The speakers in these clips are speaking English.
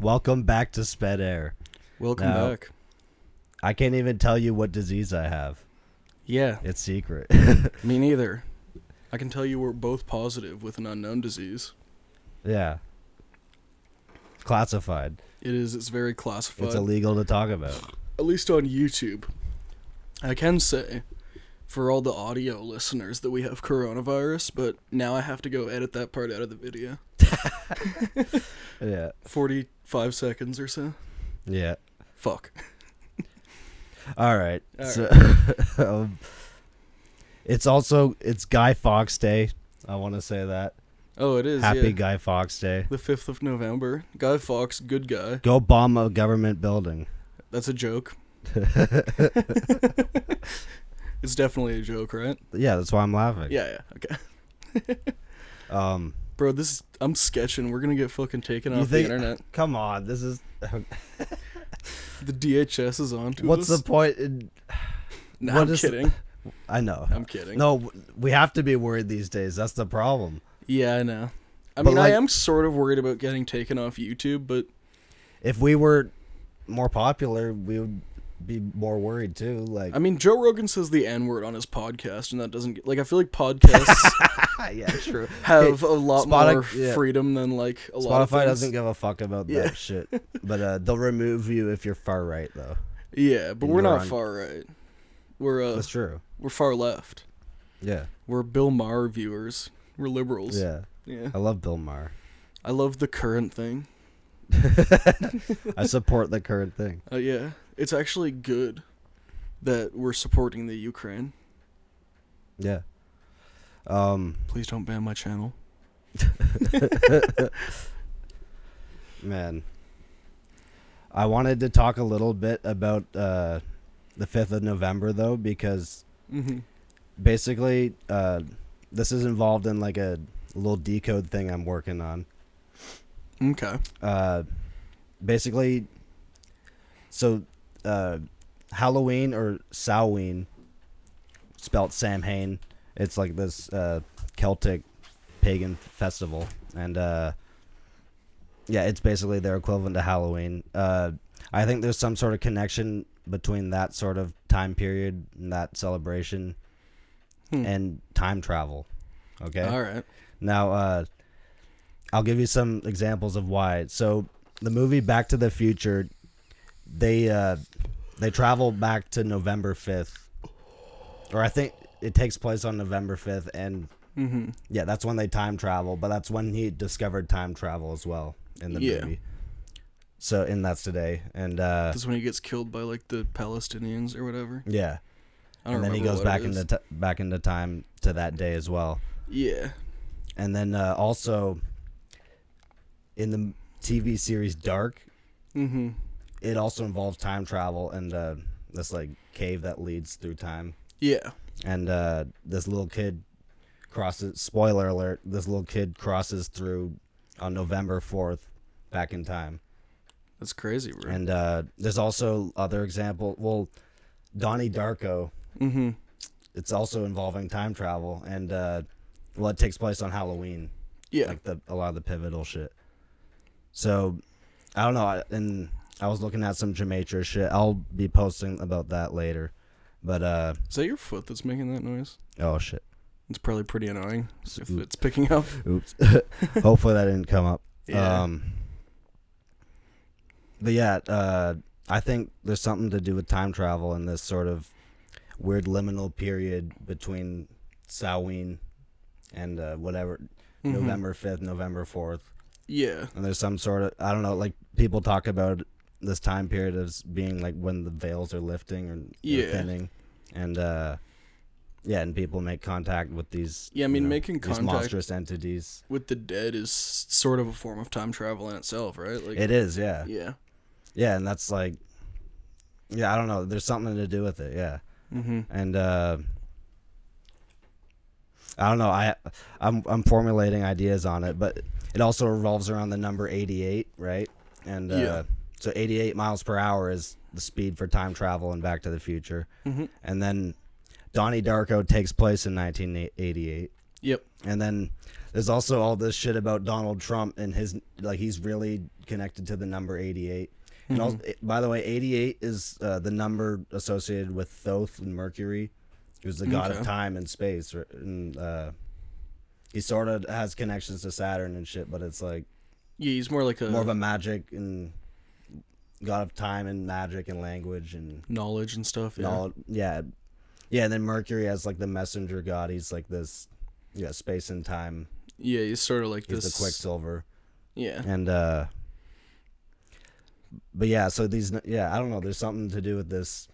Welcome back to Sped Air. Welcome No. back. I can't even tell you what disease I have. Yeah, It's secret. me neither. I can tell you we're both positive with an unknown disease. yeah. Classified. It is. It's very classified. It's illegal to talk about. At least on YouTube. I can say, for all the audio listeners, that we have coronavirus. But now I have to go edit that part out of the video. Yeah. Forty-five seconds or so. Yeah. Fuck. All right. All so, um, it's also it's Guy Fawkes Day. I want to say that. Oh, it is. Happy yeah. Guy Fawkes Day. The fifth of November. Guy Fawkes, good guy. Go bomb a government building. That's a joke. it's definitely a joke, right? Yeah, that's why I'm laughing. Yeah. Yeah. Okay. Um, Bro, this is, I'm sketching. We're gonna get fucking taken You off think- the internet. come on. This is The DHS is on to what's the us. point? In, No, what I'm is- kidding. I know. I'm kidding. No, w- we have to be worried these days. That's the problem. Yeah, I know. I But, mean, like- I am sort of worried about getting taken off YouTube, but If we were more popular, we would be more worried too. Like, I mean, Joe Rogan says the N word on his podcast, and that doesn't get, like I feel like podcasts ah, yeah, true. have a lot Spoti- more yeah. freedom than like a lot of Spotify things. doesn't give a fuck about Yeah. that shit, but uh, they'll remove you if you're far right, though. Yeah, but we're You're not on- far right. We're uh, That's true. we're far left. Yeah, We're Bill Maher viewers. We're liberals. yeah. yeah. I love Bill Maher. I love the current thing. I support the current thing. Uh, yeah, it's actually good that we're supporting the Ukraine. Yeah. Um, Please don't ban my channel. man. I wanted to talk a little bit about uh, the fifth of November though, because Mm-hmm. basically uh, this is involved in like a little decode thing I'm working on. Okay. Uh, basically, so uh, Halloween or Samhain, spelt Samhain. It's like this uh, Celtic pagan festival, and uh, yeah, it's basically their equivalent to Halloween. Uh, I think there's some sort of connection between that sort of time period and that celebration Hmm. and time travel. Okay. All right. Now, uh, I'll give you some examples of why. So, the movie Back to the Future, they uh, they travel back to November fifth, or I think it takes place on November fifth, and Mm-hmm. yeah, that's when they time travel. But that's when he discovered time travel as well in the Yeah. movie. So, and that's today, and uh, That's when he gets killed by like the Palestinians or whatever. yeah, I don't and then he remember goes what it back is. into t- back into time to that day as well. yeah. and then uh, also in the TV series Dark, Mm-hmm. it also involves time travel and uh, this like cave that leads through time, Yeah. and uh, this little kid crosses. Spoiler alert: this little kid crosses through on November fourth back in time, That's crazy, bro. and uh, there's also other example. Well, Donnie Darko. mm-hmm. It's also involving time travel, and uh, well, it takes place on Halloween. Yeah. like the a lot of the pivotal shit. So I don't know. I, and I was looking at some Jamaica shit. I'll be posting about that later. But uh is that your foot that's making that noise? oh shit. It's probably pretty annoying if it's picking up. Oops. Hopefully that didn't come up. Yeah. Um But yeah, uh I think there's something to do with time travel and this sort of weird liminal period between Samhain and uh, whatever Mhm. November 5th, November 4th. Yeah. and there's some sort of I don't know, like people talk about this time period as being like when the veils are lifting or, or Yeah. thinning, and uh, yeah, and people make contact with these. Yeah, I you mean, know, making these contact- monstrous entities. With the dead is sort of a form of time travel in itself, right? Like. It is, yeah, yeah. yeah, and that's like, yeah, I don't know. There's something to do with it, yeah, Mm-hmm. and uh, I don't know. I I'm I'm formulating ideas on it, but it also revolves around the number 88, right? And uh, Yeah. so 88 miles per hour is the speed for time travel in Back to the Future. Mhm. And then Donnie Darko takes place in 1988. Yep. And then there's also all this shit about Donald Trump and his like he's really connected to the number 88. Mm-hmm. And also, eh, by the way, 88 is uh, the number associated with Thoth and Mercury, who's the god Okay. of time and space. or- And uh, he sort of has connections to Saturn and shit, but it's like Yeah, he's more like a, more of a magic and god of time and magic and language and knowledge and stuff. Yeah. all. Yeah, yeah. And then Mercury has like the messenger god. He's like this, yeah, space and time. Yeah, he's sort of like He's this. the Quicksilver. yeah. and uh but yeah so these yeah i don't know there's something to do with this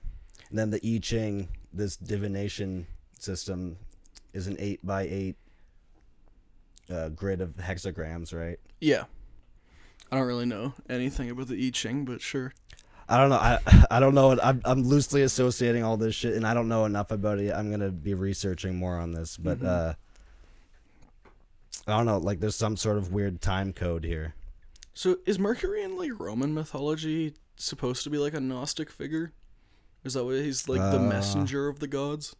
and then the i ching this divination system is an eight by eight uh, grid of hexagrams right Yeah. I don't really know anything about the I Ching, but sure. i don't know i i don't know I'm, I'm loosely associating all this shit and i don't know enough about it i'm gonna be researching more on this but uh i don't know like there's some sort of weird time code here So is Mercury in like Roman mythology supposed to be like a Gnostic figure? Is that why he's like the Uh, messenger of the gods?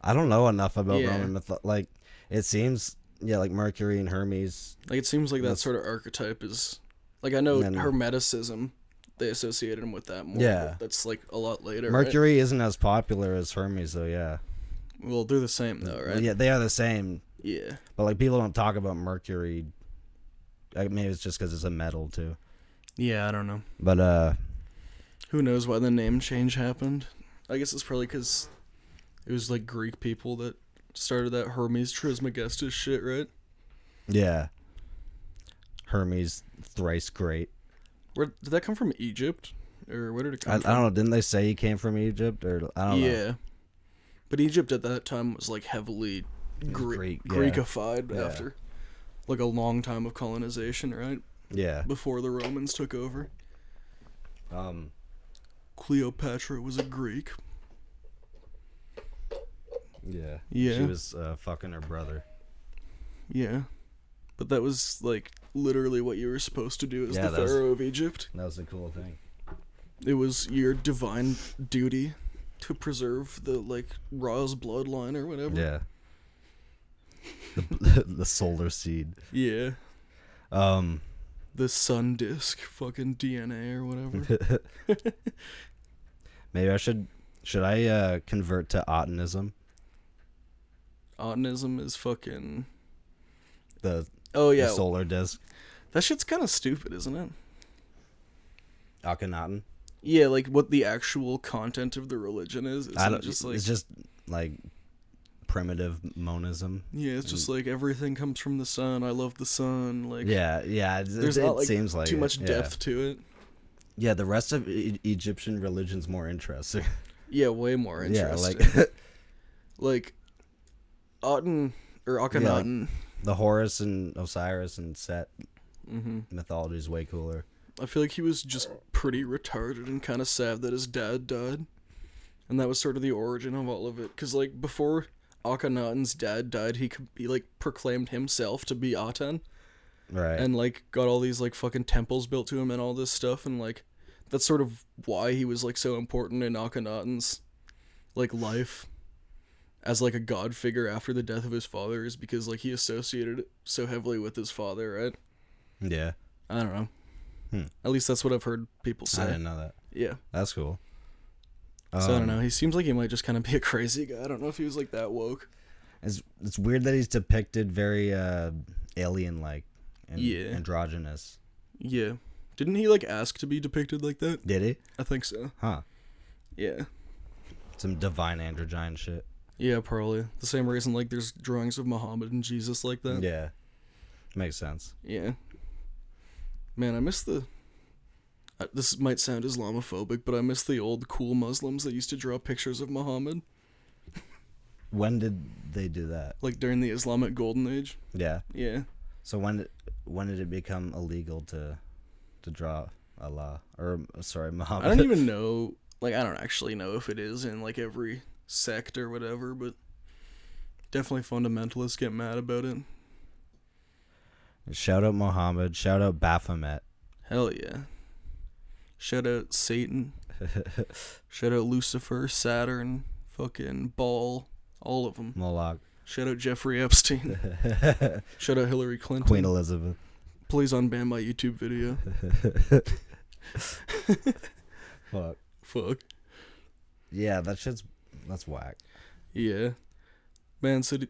I don't know enough about Yeah. Roman myth. Like, it seems, yeah, like Mercury and Hermes. Like it seems like that sort of archetype is like I know No, no. Hermeticism. They associated him with that more. but Yeah. that's like a lot later. right? Mercury isn't as popular as Hermes, though. Yeah, Well, they're the same though, right? Mm, yeah, they are the same, Yeah. but like people don't talk about Mercury. I maybe it's just because it's a metal too. Yeah, I don't know. But uh, Who knows why the name change happened? I guess it's probably because it was like Greek people that started that Hermes Trismegistus shit, right? yeah, Hermes thrice great. Where did that come from? Egypt, or where did it I, I come don't from? know. Didn't they say he came from Egypt or I don't know? yeah, but Egypt at that time was like heavily Gre- Greek, yeah. Greekified Yeah. after like a long time of colonization, right? Yeah. Before the Romans took over, Um. Cleopatra was a Greek. Yeah. She Yeah. was uh, fucking her brother. Yeah, but that was like literally what you were supposed to do as Yeah, the that was- pharaoh of Egypt. That was the cool thing. it was your divine duty to preserve the like Ra's bloodline or whatever. Yeah. The, the solar seed. Yeah. Um. The sun disk fucking DNA or whatever. Maybe I should should I uh, convert to Ottonism? Autism is fucking The, Oh the yeah. solar disk That shit's kinda stupid, isn't it? Akhenaten. Yeah, like what the actual content of the religion is. Isn't I don't, it just like it's just like primitive monism. Yeah, it's just like everything comes from the sun, I love the sun, like Yeah, yeah. It, there's it not like seems like too it, much yeah. depth to it. Yeah, the rest of e- Egyptian religion's more interesting. Yeah, way more yeah, interesting. like like like Aten or Akhenaten. the Horus and Osiris and Set mm-hmm. mythology is way cooler. I feel like he was just pretty retarded and kind of sad that his dad died. And that was sort of the origin of all of it. Because, like, before Akhenaten's dad died, he, could, he, like, proclaimed himself to be Aten. Right. And, like, got all these, like, fucking temples built to him and all this stuff. And, like, that's sort of why he was, like, so important in Akhenaten's, like, life as, like, a god figure after the death of his father is because, like, he associated it so heavily with his father, right? yeah. I don't know. Hmm. At least that's what I've heard people I say. didn't know that. Yeah. That's cool. So I don't Um, know. He seems like he might just kind of be a crazy guy. I don't know if he was like that woke. It's it's weird that he's depicted very uh, alien like and Yeah. androgynous. Yeah. Didn't he like ask to be depicted like that? Did he? I think so. Huh. Yeah. Some divine androgyn shit. Yeah, probably. The same reason like there's drawings of Muhammad and Jesus like that. Yeah. Makes sense. Yeah. Man, I miss the. I- This might sound Islamophobic, but I miss the old cool Muslims that used to draw pictures of Muhammad, When did they do that? like during the Islamic Golden Age. Yeah. Yeah. So when did, when did it become illegal to to draw Allah or sorry Muhammad? I don't even know. Like, I don't actually know if it is in like every sect or whatever, but definitely fundamentalists get mad about it. Shout out Muhammad. Shout out Baphomet. Hell yeah. Shout out Satan. Shout out Lucifer, Saturn, fucking Baal, all of them. Moloch. Shout out Jeffrey Epstein. Shout out Hillary Clinton. Queen Elizabeth. Please unban my YouTube video. Fuck. Fuck. Yeah, that shit's that's whack. Yeah. Man, so do,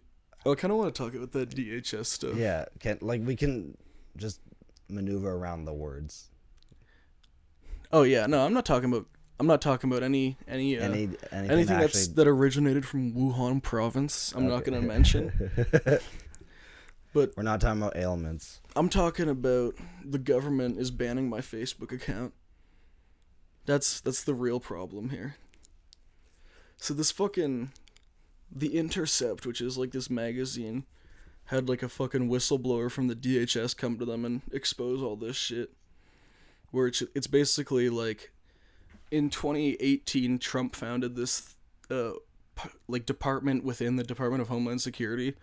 I kind of want to talk about that DHS stuff. Yeah, can like we can just maneuver around the words. Oh yeah, no, I'm not talking about I'm not talking about any any uh, Any anything, anything, that that's actually, that originated from Wuhan province. I'm not Okay. going to mention. But we're not talking about ailments. I'm talking about the government is banning my Facebook account. That's that's the real problem here. So this fucking The Intercept, which is like this magazine, had like a fucking whistleblower from the DHS come to them and expose all this shit. Where it's it's basically like in 2018 Trump founded this uh p- like department within the Department of Homeland Security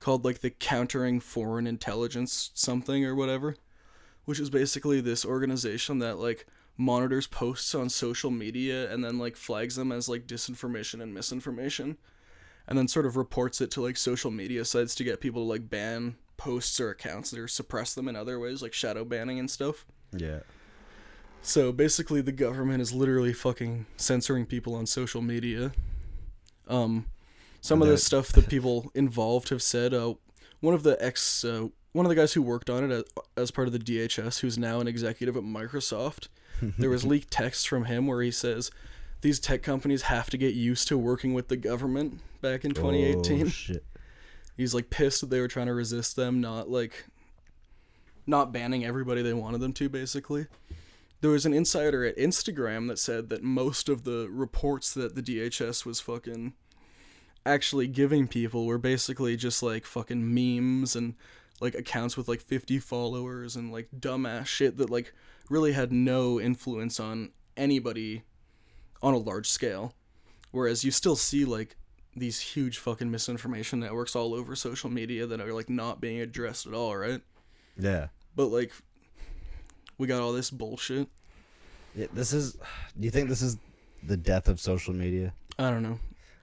called like the countering foreign intelligence something or whatever which is basically this organization that like monitors posts on social media and then like flags them as like disinformation and misinformation and then sort of reports it to like social media sites to get people to like ban posts or accounts or suppress them in other ways like shadow banning and stuff Yeah. so basically, the government is literally fucking censoring people on social media. Um, some of the That- stuff that people involved have said. Uh, one of the ex, uh, one of the guys who worked on it as, as part of the DHS, who's now an executive at Microsoft, there was leaked text from him where he says, "These tech companies have to get used to working with the government." Back in 2018, Oh, shit. he's like pissed that they were trying to resist them, not like not banning everybody they wanted them to basically. There was an insider at Instagram that said that most of the reports that the DHS was fucking actually giving people were basically just like fucking memes and like accounts with like 50 followers and like dumbass shit that like really had no influence on anybody on a large scale. Whereas you still see like these huge fucking misinformation networks all over social media that are like not being addressed at all, right? Yeah. But like, we got all this bullshit. yeah. This is. Do you think this is the death of social media? I don't know.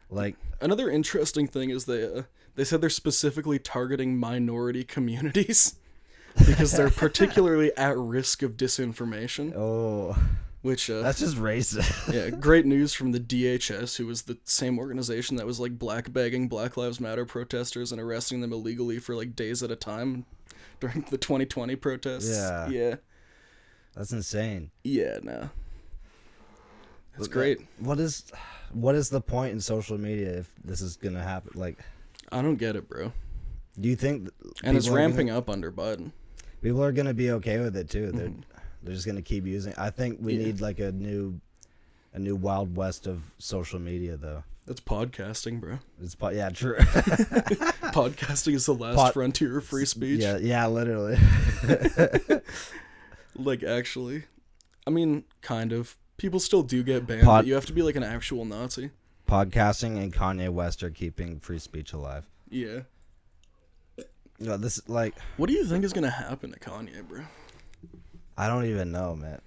Like, Another interesting thing is they uh, they said they're specifically targeting minority communities because they're particularly at risk of disinformation. oh, Which uh, that's just racist. yeah, great news from the DHS, who was the same organization that was like black bagging Black Lives Matter protesters and arresting them illegally for like days at a time during the 2020 protests. Yeah. yeah, that's insane. yeah. No, it's But, great. like, What is, what is the point in social media if this is gonna happen? Like, I don't get it, bro. do you think? th- And it's people are gonna- ramping up under Biden. people are gonna be okay with it too. They're they're just gonna keep using. I think we Mm-hmm. Yeah. need like a new, a new wild west of social media though. That's podcasting, bro. It's po- yeah true. podcasting is the last Ah. Pod- frontier of free speech. yeah yeah literally. Like, actually, I mean, kind of. People still do get banned, Pod- but you have to be like an actual Nazi. Podcasting and Kanye West are keeping free speech alive. Yeah. You know, this like What do you think is gonna happen to Kanye, bro? I don't even know, man.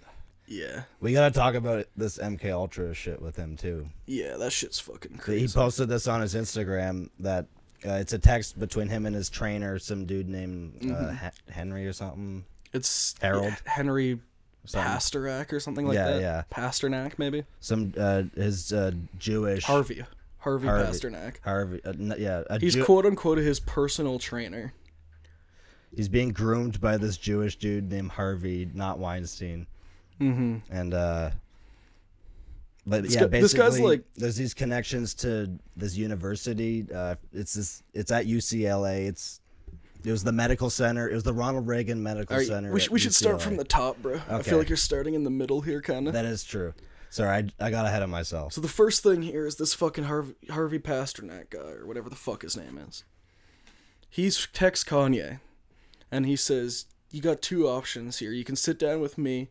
Yeah. We gotta talk about this MK Ultra shit with him too. Yeah, that shit's fucking crazy. He posted this on his Instagram that uh, it's a text between him and his trainer, some dude named uh, Mm-hmm. Hen- Henry or something. It's Harold? yeah, Henry Something. Pasternak or something like Yeah, that. yeah. Pasternak maybe. Some uh, his uh, Jewish Harvey. Harvey, Harvey. Pasternak. Harvey, uh, n- yeah, a He's Jew- quote unquote his personal trainer. he's being groomed by this Jewish dude named Harvey, not Weinstein. Mm-hmm. And uh, but yeah, guy- basically, this guy's like- there's these connections to this university. Uh, it's this, it's at UCLA. It's it was the medical center. It was the Ronald Reagan Medical All right, Center. we, sh- at we should start UCLA. from the top, bro. I Okay. feel like you're starting in the middle here, kind of. That is true. Sorry, I, I got ahead of myself. So the first thing here is this fucking Harvey, Harvey Pasternak guy or whatever the fuck his name is. He's texts Kanye, and he says, "You got two options here. You can sit down with me,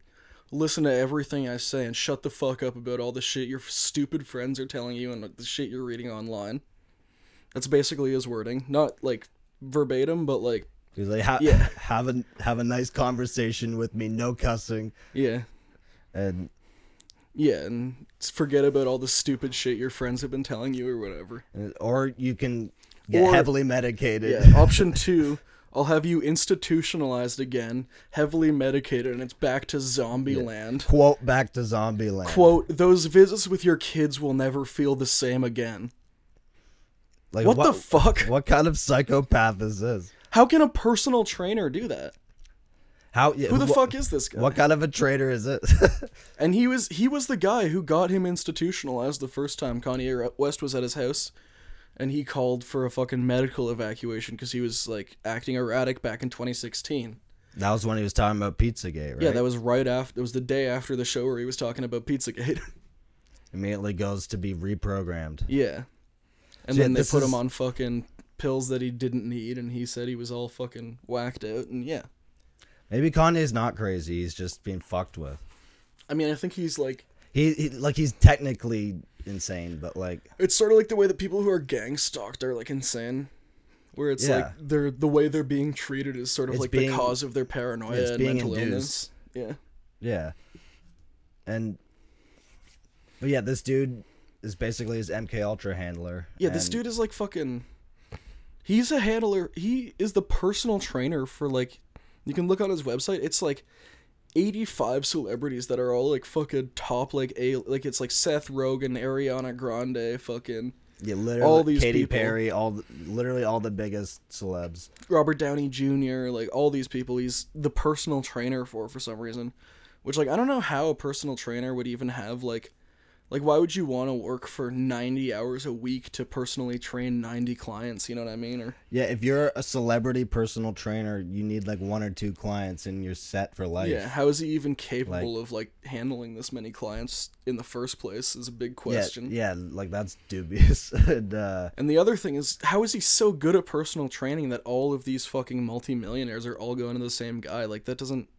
listen to everything I say, and shut the fuck up about all the shit your stupid friends are telling you and the shit you're reading online." That's basically his wording, not like verbatim, but like He's like, ha- Yeah. have a have a nice conversation with me, no cussing, yeah, and yeah, and forget about all the stupid shit your friends have been telling you or whatever. and- or you can Get Or- heavily medicated. Yeah. Option two, I'll have you institutionalized again, heavily medicated, and it's back to zombie land. Quote back to zombie land. Quote, those visits with your kids will never feel the same again. Like What, the fuck? what kind of psychopath is this? How can a personal trainer do that? How? Yeah, Who the wha- fuck is this guy? What kind of a traitor is it? And he was he was the guy who got him institutionalized the first time Kanye West was at his house, and he called for a fucking medical evacuation because he was like acting erratic back in 2016. that was when he was talking about Pizzagate, right? Yeah, that was right after. It was the day after the show where he was talking about PizzaGate. immediately goes to be reprogrammed. yeah, and So, yeah, then they this put him is- on fucking pills that he didn't need, and he said he was all fucking whacked out. And yeah, Maybe Kanye's not crazy. He's just being fucked with. I mean, I think he's like He, he like he's technically insane, but like it's sort of like the way that people who are gang stalked are like insane where it's like Yeah. they're the way they're being treated is sort of It's like being- the cause of their paranoia it's and being mental induced. illness yeah, and but yeah, this dude is basically his MK Ultra handler. yeah yeah this and dude is like fucking he's a handler he is the personal trainer for like you can look on his website it's like 85 celebrities that are all like fucking top like a like it's like Seth Rogen, Ariana Grande, fucking yeah, literally all these Katy people- Perry, all the, literally all the biggest celebs. Robert Downey Jr., like all these people he's the personal trainer for for some reason. Which like I don't know how a personal trainer would even have like like why would you want to work for 90 hours a week to personally train 90 clients, you know what I mean? Or Yeah, if you're a celebrity personal trainer, you need like one or two clients, and you're set for life. yeah, how is he even capable of like handling this many clients in the first place is a big yeah, question. yeah, like that's dubious. and, uh, And the other thing is how is he so good at personal training that all of these fucking multimillionaires are all going to the same guy? Like that doesn't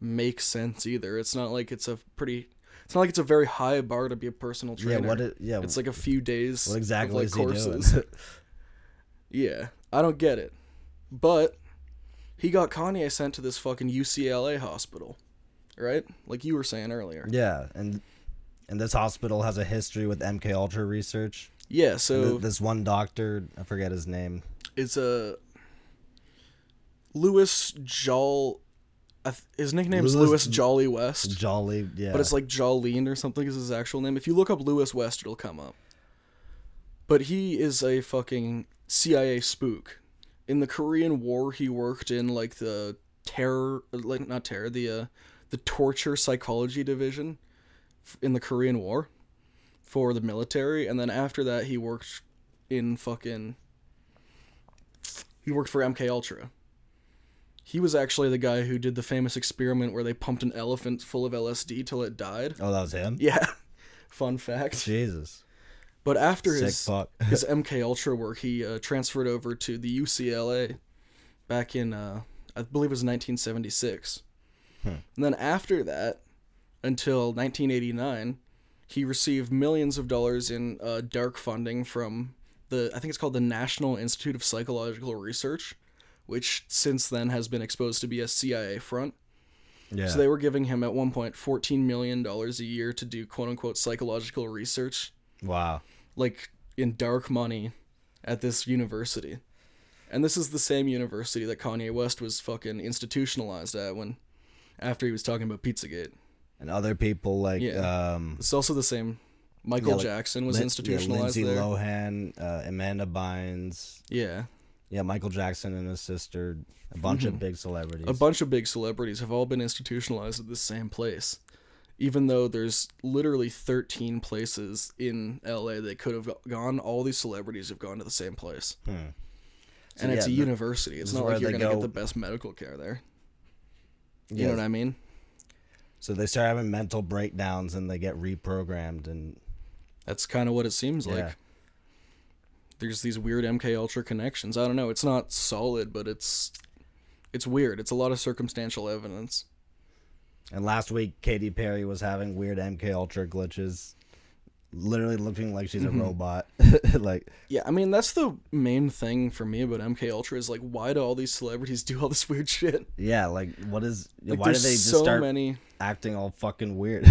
make sense either. It's not like it's a pretty it's not like it's a very high bar to be a personal yeah, trainer. what? It, yeah, it's like a few days what exactly of like is he courses. doing? yeah. I don't get it. But he got Kanye sent to this fucking UCLA hospital. Right? Like you were saying earlier. Yeah, and and this hospital has a history with MK Ultra research. Yeah, Th- so this one doctor, I forget his name. it's a Louis Jol. I th- His nickname's Louis- Louis Jolly West, Jolly, yeah. but it's like Jolene or something is his actual name. If you look up Louis West, it'll come up. But he is a fucking CIA spook. In the Korean War, he worked in like the terror, like not terror, the uh, the torture psychology division f- in the Korean War for the military, and then after that, he worked in fucking he worked for MK Ultra. He was actually the guy who did the famous experiment where they pumped an elephant full of LSD till it died. oh, that was him. Yeah. Fun fact. Jesus, But after sick his fuck. his MK Ultra work, he uh, transferred over to the UCLA back in uh, I believe it was 1976. And then after that, until 1989, he received millions of dollars in uh, dark funding from the I think it's called the National Institute of Psychological Research, which since then has been exposed to be a CIA front. Yeah, So they were giving him at one point 14 million dollars a year to do quote unquote psychological research wow. like in dark money at this university. And this is the same university that Kanye West was fucking institutionalized at when after he was talking about Pizzagate. And other people like Yeah. um, It's also the same Michael Yeah, like Jackson was Lin- institutionalized yeah, Lindsay there. Lohan, uh, Amanda Bynes, Yeah. yeah, Michael Jackson and his sister, a bunch of big celebrities. Mm-hmm. A bunch of big celebrities have all been institutionalized at the same place. Even though there's literally 13 places in LA they could have go- gone, all these celebrities have gone to the same place. Hmm. So, And it's a yeah, the- university. It's this is not where like you're they going to go- get the best medical care there. You yeah, know what I mean? So they start having mental breakdowns and they get reprogrammed and That's kind of what it seems yeah. like. There's these weird MK Ultra connections. I don't know. It's not solid, but it's it's weird. It's a lot of circumstantial evidence. And last week, Katy Perry was having weird MK Ultra glitches, literally looking like she's Mm-hmm. a robot. like, Yeah, I mean that's the main thing for me about MK Ultra is like why do all these celebrities do all this weird shit? yeah, like what is? Like why do there's they just so start many acting all fucking weird?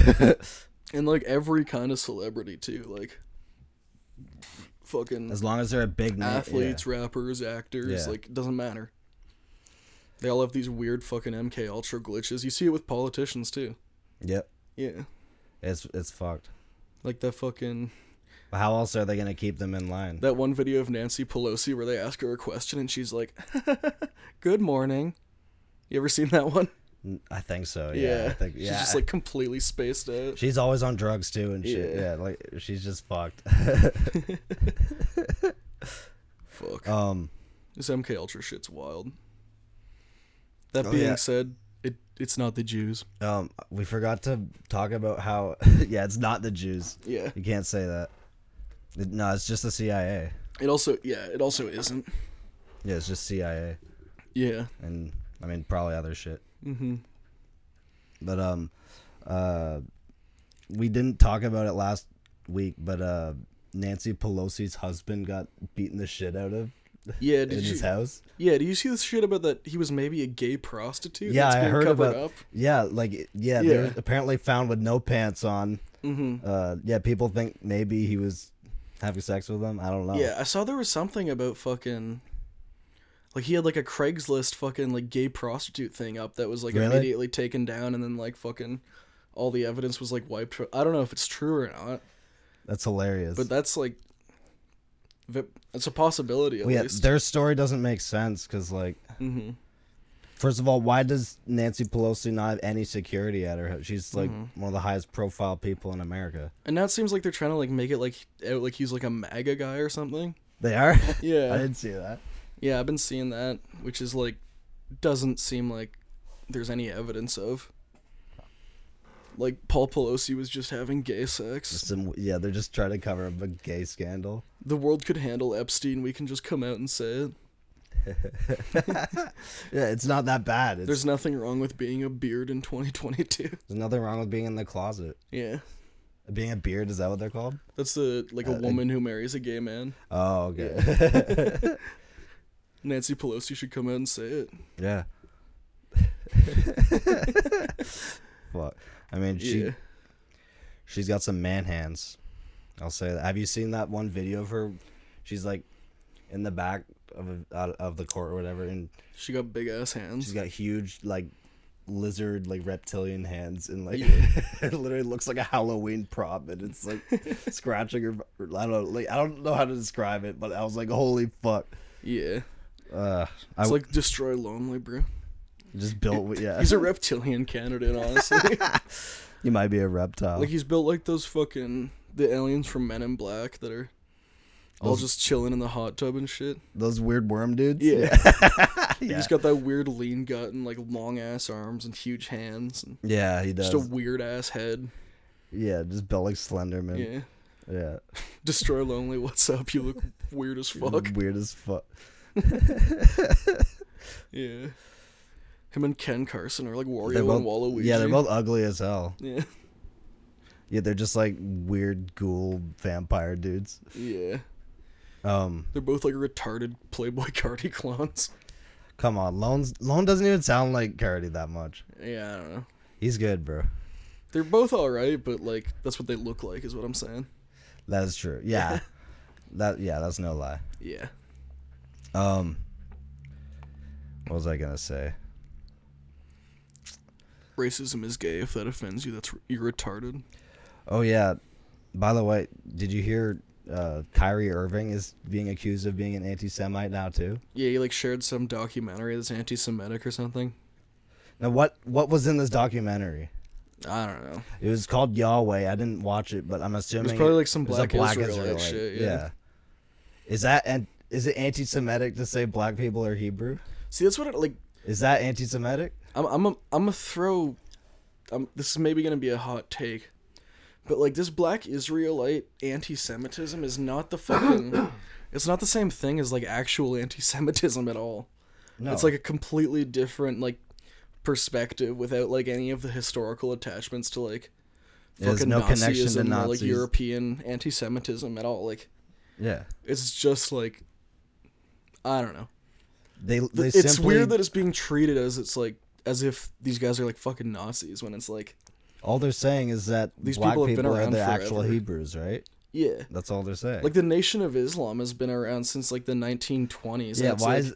and like every kind of celebrity too. Like fucking As long as they're a big name, athletes, yeah. rappers, actors, Yeah. like it doesn't matter. They all have these weird fucking MK Ultra glitches. You see it with politicians too. Yep, Yeah. it's it's fucked. Like that fucking But how else are they gonna keep them in line? that one video of Nancy Pelosi where they ask her a question and she's like, "Good morning." You ever seen that one? N- I think so. Yeah, I think yeah. She's just like completely spaced out. She's always on drugs too and shit. Yeah. Yeah, like she's just fucked. Fuck. um, This MK Ultra shit's wild. That Oh, being yeah. said, it it's not the Jews. um, we forgot to talk about how. yeah, it's not the Jews. Yeah. You can't say that. It- no, it's just the CIA. It also yeah, it also isn't. Yeah, it's just CIA Yeah. and I mean probably other shit. Mm-hmm. But um, uh, we didn't talk about it last week, but uh, Nancy Pelosi's husband got beaten the shit out of Yeah, in did you, his house. Yeah, do you see this shit about that he was maybe a gay prostitute? Yeah, that's I been heard covered about. up. Yeah, like it- yeah, they Yeah. were apparently found with no pants on. Mm-hmm. Uh, yeah, people think maybe he was having sex with them. I don't know. Yeah, I saw there was something about fucking like he had like a Craigslist fucking like gay prostitute thing up that was like Really? immediately taken down and then like fucking all the evidence was like wiped. I don't know if it's true or not, that's hilarious. but that's like vi- it's a possibility at Well, yeah, least. their story doesn't make sense because like. Mm-hmm. First of all, why does Nancy Pelosi not have any security at her? house? She's like Mm-hmm. one of the highest profile people in America. And now it seems like they're trying to like make it like out like he's like a MAGA guy or something. They are. I Yeah, didn't see that. yeah, I've been seeing that, which is like doesn't seem like there's any evidence of. Like Paul Pelosi was just having gay sex. Some, yeah, they're just trying to cover up a gay scandal. the world could handle Epstein. We can just come out and say it. Yeah, it's not that bad. It's, There's there's, nothing wrong with being a beard in 2022. nothing wrong with being in the closet. Yeah, Being a beard is that what they're called? that's the like a Uh, woman who marries a gay man. Oh, okay. Nancy Pelosi should come out and say it. Yeah. Fuck. I mean, she Yeah, she's got some man hands. I'll say that. Have you seen that one video of her? She's like in the back of a, out of the court or whatever, and she got big ass hands. she's got huge like lizard like reptilian hands and like it literally looks like a halloween prop and it's like scratching her i don't know like i don't know how to describe it but i was like holy fuck Yeah, uh i it's like like destroy lonely, bro. just built with yeah He's a reptilian candidate, honestly. you might be a reptile like he's built like those fucking the aliens from Men in Black that are all Those- just chilling in the hot tub and shit. those weird worm dudes Yeah. yeah. He's got that weird lean gut and like long ass arms and huge hands and Yeah, he does just a weird ass head. yeah just built like slenderman Yeah. yeah, Destroy Lonely, what's up? You look weird as fuck. weird as fuck Yeah. Him and Ken Carson are like They're Wario both- and Waluigi. yeah they're both ugly as hell Yeah. yeah they're just like weird ghoul vampire dudes Yeah. um They're both like retarded Playboy Cardi clones. Come on, Lone's Lone doesn't even sound like Cardi that much. Yeah, I don't know. He's good, bro. They're both alright, but like that's what they look like is what I'm saying. That is true. Yeah. that yeah, that's no lie. Yeah. Um What was I gonna say? Racism is gay. If that offends you, that's you're retarded. Oh yeah. By the way, did you hear uh Kyrie Irving is being accused of being an anti Semite now too? Yeah, he like shared some documentary that's anti-Semitic or something. Now what what was in this documentary? I don't know. It was called Yahweh. I didn't watch it, but I'm assuming probably, like, some it was a black Israelite shit, yeah. Is that and is it anti Semitic to say black people are Hebrew? See, that's what it like. Is that anti Semitic? I'm I'm a, I'm a throw. I'm, this is maybe gonna be a hot take, but like this black Israelite anti-Semitism is not the fucking. it's not the same thing as like actual anti-Semitism at all. No. It's like a completely different like perspective without like any of the historical attachments to like There's no connection to Nazism or like Nazis. European anti-Semitism at all. Like yeah. it's just like I don't know. They they Th- it's simply weird that it's being treated as it's like as if these guys are like fucking Nazis when it's like all they're saying is that These black people people, have been are around the actual forever. Hebrews, right? Yeah. That's all they're saying. Like the Nation of Islam has been around since like the 1920s. and yeah, it's, why like, is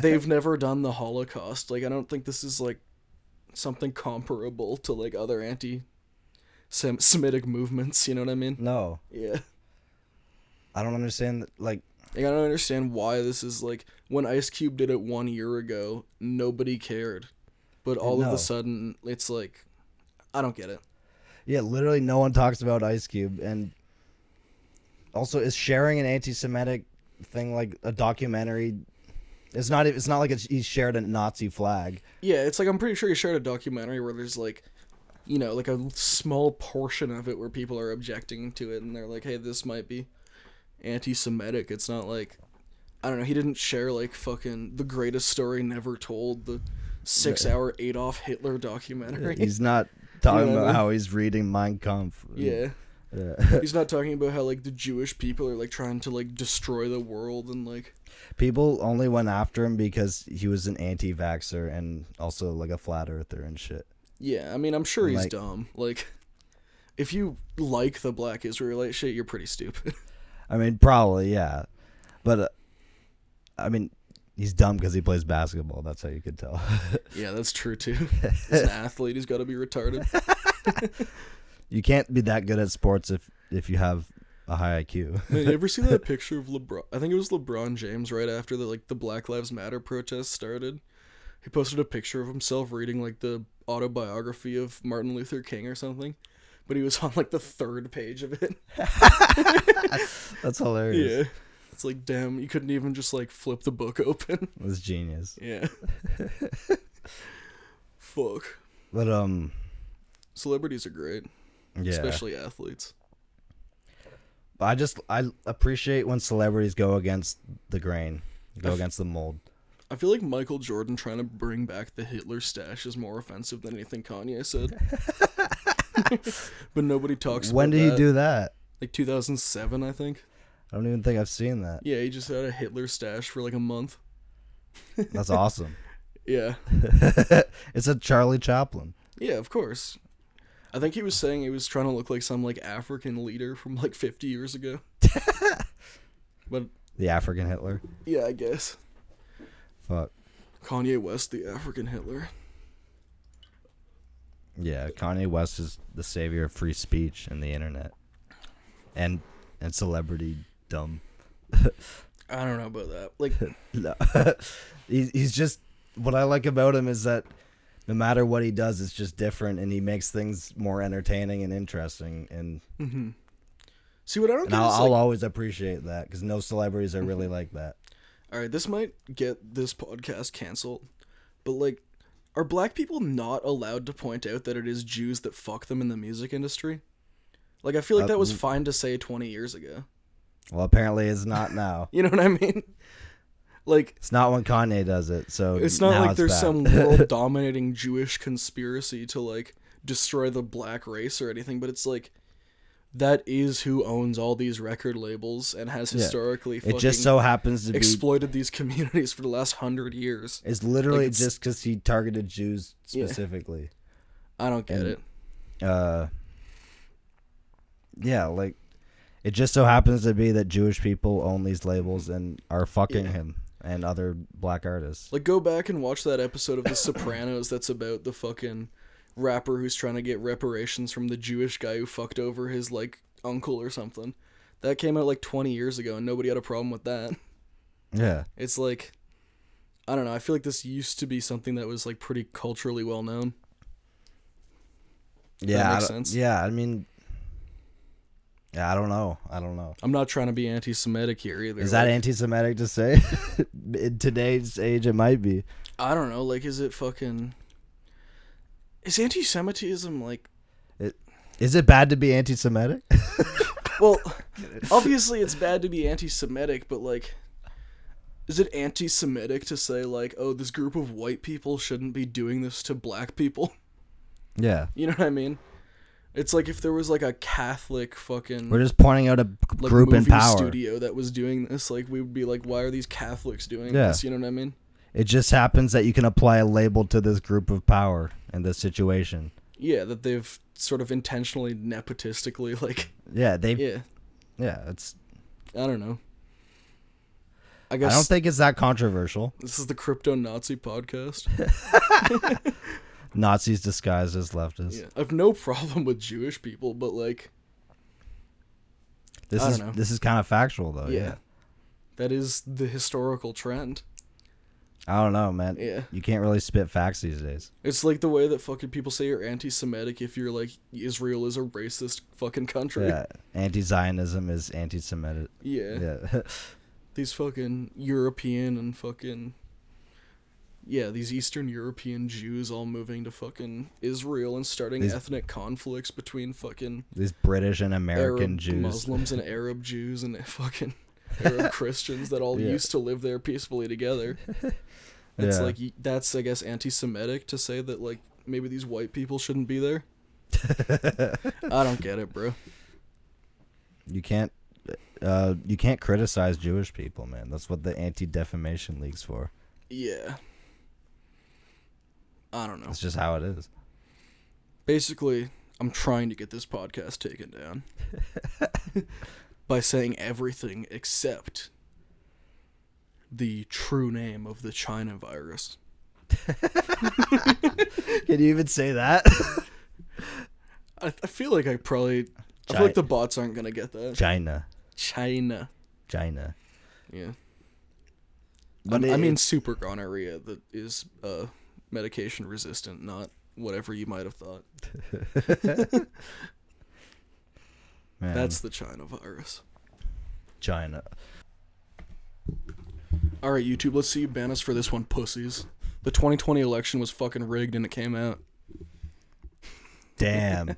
they've never done the Holocaust? Like I don't think this is like something comparable to like other anti-Semitic movements. You know what I mean? no? Yeah. I don't understand. th- Like, Like, I don't understand why this is like when Ice Cube did it one year ago, nobody cared, but all of know. a sudden it's like, I don't get it. yeah, literally no one talks about Ice Cube, and also is sharing an anti-Semitic thing like a documentary. It's not. e, It's not like it's, he shared a Nazi flag. Yeah, it's like I'm pretty sure you shared a documentary where there's like, you know, like a small portion of it where people are objecting to it and they're like, hey, this might be anti-Semitic. It's not like, I don't know. He didn't share like fucking the greatest story never told, the six-hour Adolf Hitler documentary. He's not talking Yeah, I know. about how he's reading Mein Kampf. yeah. Yeah. He's not talking about how like the Jewish people are like trying to like destroy the world and like People only went after him because he was an anti-vaxxer and also like a flat earther and shit. yeah, I mean I'm sure he's Like- dumb. Like if you like the black Israelite shit, you're pretty stupid. I mean, probably yeah, but uh, I mean, he's dumb because he plays basketball. That's how you could tell. yeah, that's true too. He's an athlete, he's gotta be retarded. you can't be that good at sports if if you have a high IQ. Man, you ever see that picture of LeBron I think it was LeBron James right after the like the Black Lives Matter protests started? He posted a picture of himself reading like the autobiography of Martin Luther King or something. But he was on like the third page of it. That's hilarious. Yeah. It's like, damn, you couldn't even just like flip the book open. That's genius. Yeah. Fuck. But um, Celebrities are great, yeah. especially athletes. I just I appreciate when celebrities go against the grain, go I've- against the mold. I feel like Michael Jordan trying to bring back the Hitler stash is more offensive than anything Kanye said. but nobody talks When about did he that. do that? Like 2007, I think. I don't even think I've seen that. Yeah, he just had a Hitler stash for like a month. That's awesome. Yeah. it's a Charlie Chaplin. Yeah, of course. I think he was saying he was trying to look like some like African leader from like 50 years ago. but The African Hitler. yeah, I guess Fuck. Kanye West, the African Hitler. Yeah, Kanye West is the savior of free speech and the internet. And and celebrity dumb. I don't know about that. Like, No. he's, he's just what I like about him is that no matter what he does, it's just different and he makes things more entertaining and interesting and, see what I don't and get I'll, is I'll like, always appreciate that because no celebrities are really like that. all right, this might get this podcast canceled, but like, are black people not allowed to point out that it is Jews that fuck them in the music industry? Like, I feel like Uh, that was mm. fine to say 20 years ago. Well, apparently it's not now. You know what I mean? Like, It's not when Kanye does it, so It's not now like there's bad. some world dominating Jewish conspiracy to like destroy the black race or anything, but it's like that is who owns all these record labels and has Yeah. historically It fucking just so happens to be exploited these communities for the last hundred years. It's literally Like, it's- just because he targeted Jews Yeah. specifically. I don't get And- it. Uh, yeah, like it just so happens to be that Jewish people own these labels and are fucking Yeah. him and other black artists. Like go back and watch that episode of The Sopranos that's about the fucking rapper who's trying to get reparations from the Jewish guy who fucked over his like uncle or something. That came out like twenty years ago and nobody had a problem with that. Yeah, It's like I don't know, I feel like this used to be something that was like pretty culturally well known. yeah, I makes don't- sense. yeah. I mean, yeah, I don't know. I don't know. I'm not trying to be anti Semitic here either. Is that like, anti-Semitic to say? In today's age, it might be. I don't know, like is it fucking Is anti Semitism like Is it bad to be anti-Semitic? well obviously it's bad to be anti Semitic, but like is it anti Semitic to say like, oh, this group of white people shouldn't be doing this to black people? yeah, You know what I mean? It's like if there was like a Catholic fucking we're just pointing out a g- Mm. like group in movie power. studio that was doing this, like we would be like, why are these Catholics doing Yeah. this? You know what I mean? It just happens that you can apply a label to this group of power in this situation. Yeah, that they've sort of intentionally nepotistically like Yeah, they yeah Yeah, it's. I don't know. I I guess don't think it's that controversial. this is the crypto Nazi podcast. Nazis disguised as leftists. yeah. I've no problem with Jewish people, but like, This I is don't know. this is kind of factual though. yeah, Oh, yeah. that is the historical trend. I don't know, man. Yeah. You can't really spit facts these days. It's like the way that fucking people say you're anti-Semitic if you're like Israel is a racist fucking country. Yeah. Anti-Zionism is anti-Semitic. Yeah. Yeah. These fucking European and fucking yeah, these Eastern European Jews all moving to fucking Israel and starting These- ethnic conflicts between fucking These British and American Arab Jews. Muslims and Arab Jews and fucking Arab Christians that all Yeah. used to live there peacefully together. It's Yeah. like y- that's I guess anti-Semitic to say that like maybe these white people shouldn't be there. I don't get it, bro. You can't uh you can't criticize Jewish people, man. That's what the anti-defamation league's for. Yeah. I don't know. That's just how it is. Basically, I'm trying to get this podcast taken down by saying everything except the true name of the China virus. Can you even say that? I, I feel like I probably. I Chi- feel like the bots aren't gonna get that. China. China. China. Yeah. But I'm- I it- mean, super gonorrhea that is uh, medication resistant, not whatever you might have thought. man, That's the China virus. China. All right, YouTube, let's see you ban us for this one, pussies. The 2020 election was fucking rigged and it came out. Damn.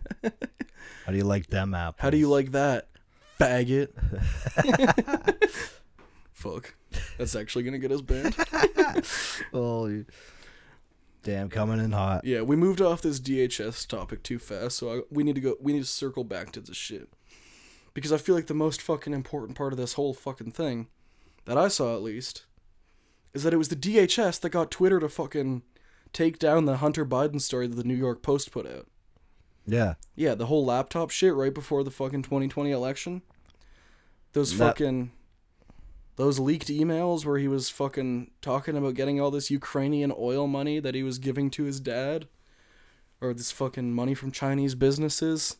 how do you like them apples? How do you like that, faggot? Fuck. That's actually going to get us banned. Oh, you- damn, coming in hot. Yeah, we moved off this DHS topic too fast, so I, we need to go we need to circle back to this shit. Because I feel like the most fucking important part of this whole fucking thing that I saw at least is that it was the DHS that got Twitter to fucking take down the Hunter Biden story that the New York Post put out. Yeah. Yeah, the whole laptop shit right before the fucking 2020 election. Those That- fucking those leaked emails where he was fucking talking about getting all this Ukrainian oil money that he was giving to his dad or this fucking money from Chinese businesses.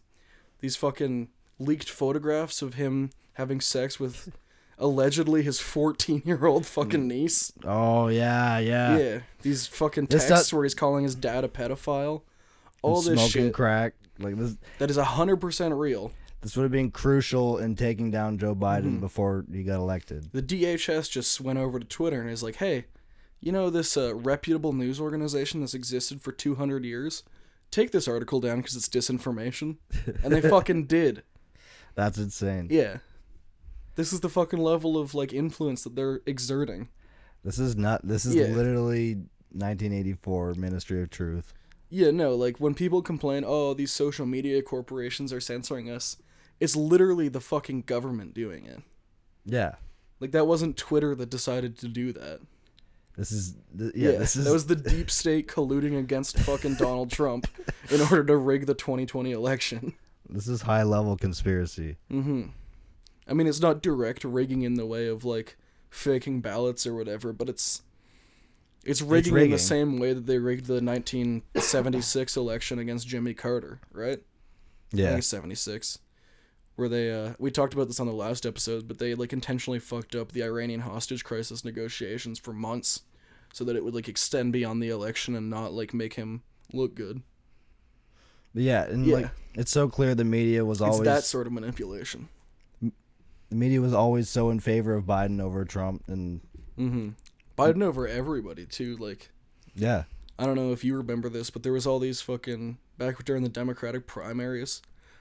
These fucking leaked photographs of him having sex with allegedly his 14-year-old Mm. fucking niece. Oh yeah, yeah. Yeah, these fucking This texts does- where he's calling his dad a pedophile. All And this smoking shit crack. Like this that is 100% real. this would have been crucial in taking down Joe Biden Mm-hmm. before he got elected. the DHS just went over to Twitter and is like, "Hey, you know this uh, reputable news organization that's existed for 200 years? Take this article down because it's disinformation." And they fucking did. That's insane. Yeah. This is the fucking level of like influence that they're exerting. This is not this is Yeah. literally 1984 Ministry of Truth. Yeah, no, like when people complain, "Oh, these social media corporations are censoring us." It's literally the fucking government doing it. Yeah. Like that wasn't Twitter that decided to do that. This is th- yeah, this is that was the deep state colluding against fucking Donald Trump in order to rig the 2020 election. Mm-hmm. this is high level conspiracy. I mean, it's not direct rigging in the way of like faking ballots or whatever, but it's it's rigging, in rigging. the same way that they rigged the 1976 election against Jimmy Carter, right? I think Yeah. it's 76. Where they, uh, we talked about this on the last episode, but they like intentionally fucked up the Iranian hostage crisis negotiations for months, so that it would like extend beyond the election and not like make him look good. But yeah, and Yeah. like it's so clear the media was It's always that sort of manipulation. the media was always so in favor of Biden over Trump and Biden over everybody too. Like yeah. I don't know if you remember this, but there was all these fucking back during the Democratic primaries,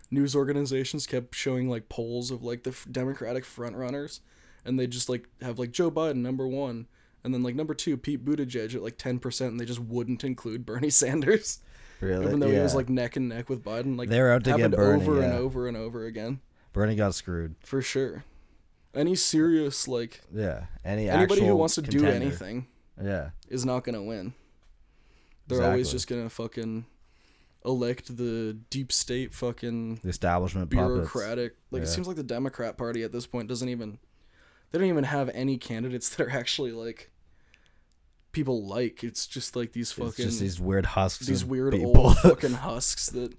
news organizations kept showing like polls of like the f- Democratic front runners, and they just like have like Joe Biden number one, and then like number two Pete Buttigieg at like ten percent, and they just wouldn't include Bernie Sanders, Really? even though Uh, yeah. he was like neck and neck with Biden. Like They were out to get happened Bernie, over and yeah. over and over again Bernie got screwed. for sure. Any serious like Yeah. Any anybody who actual wants to do contender. anything Yeah. is not gonna win. They're always Exactly. just gonna fucking elect the deep state fucking The establishment puppets. bureaucratic. Like it Yeah. seems like the Democrat Party at this point doesn't even they don't even have any candidates that are actually like people like. It's just like these It's fucking just these, these weird husks. of weird people. old fucking husks that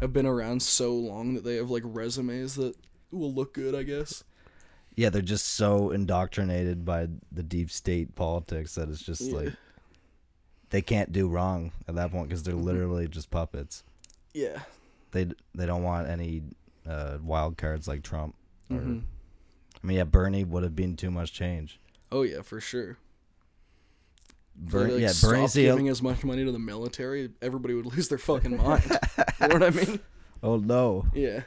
have been around so long that they have like resumes that will look good, I guess. yeah, they're just so indoctrinated by the deep state politics that it's just Yeah. like they can't do wrong at that point because they're Mm-hmm. literally just puppets. Yeah. They d- they don't want any uh, wild cards like Trump. Or, Mhm. I mean, yeah, Bernie would have been too much change. Oh yeah, for sure. They, Bernie, like, yeah, stop Bernie's the giving as much money to the military. Everybody would lose their fucking mind. you know what I mean? oh no, Yeah.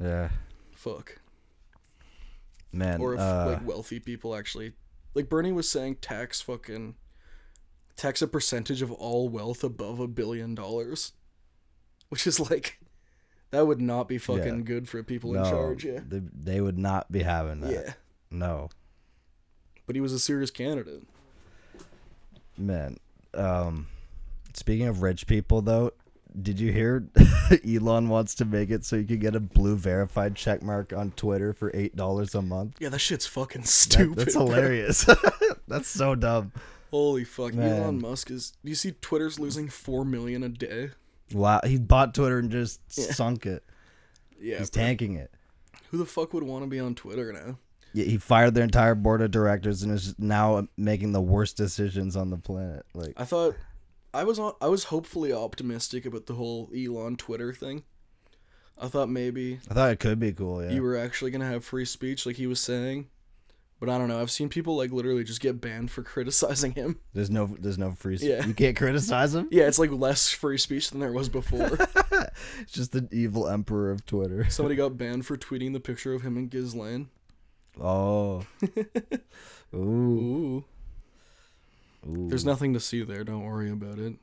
yeah, Fuck. man. or if uh, like wealthy people actually like bernie was saying tax fucking tax a percentage of all wealth above a billion dollars which is like that would not be fucking Yeah. good for people no, Uh, in charge yeah they, they would not be having that. yeah No, but he was a serious candidate Man, um, speaking of rich people, though, did you hear Elon wants to make it so you can get a blue verified check mark on Twitter for eight dollars a month? yeah that shit's fucking That- stupid that's bro. hilarious. that's so dumb. holy fuck elon Man. musk is do you see twitter's losing 4 million a day Wow, he bought Twitter and just Yeah. sunk it. yeah He's tanking it. who the fuck would want to be on twitter now Yeah, he fired their entire board of directors and is now making the worst decisions on the planet. Like, I thought I was on I was hopefully optimistic about the whole Elon Twitter thing. I thought maybe I thought it could be cool. Yeah, you were actually gonna have free speech like he was saying. But I don't know. I've seen people like literally just get banned for criticizing him. there's no, there's no free. Yeah. You can't criticize him. Yeah, it's like less free speech than there was before. It's just the evil emperor of Twitter. Somebody got banned for tweeting the picture of him and Ghislaine. Oh. Ooh. Ooh. Ooh. There's nothing to see there, don't worry about it.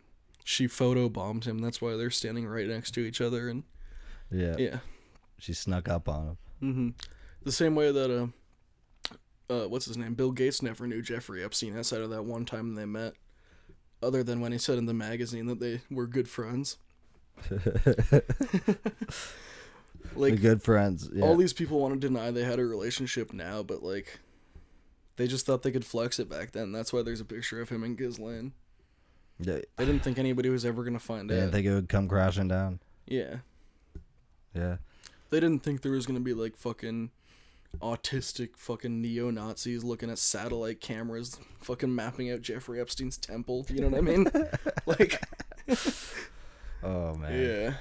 She photo bombed him, that's why they're standing right next to each other and Yeah. yeah. She snuck up on him. Mm-hmm. The same way that uh, uh, what's his name? Bill Gates never knew Jeffrey Epstein outside of that one time they met. Other than when he said in the magazine that they were good friends. They're like good friends. Yeah. all these people want to deny they had a relationship now, but like they just thought they could flex it back then. That's why there's a picture of him and Ghislaine. they They didn't think anybody was ever gonna find they out. didn't think it would come crashing down. yeah. Yeah. They didn't think there was gonna be like fucking autistic fucking neo Nazis looking at satellite cameras, fucking mapping out Jeffrey Epstein's temple. You know what I mean? like, Oh man. yeah,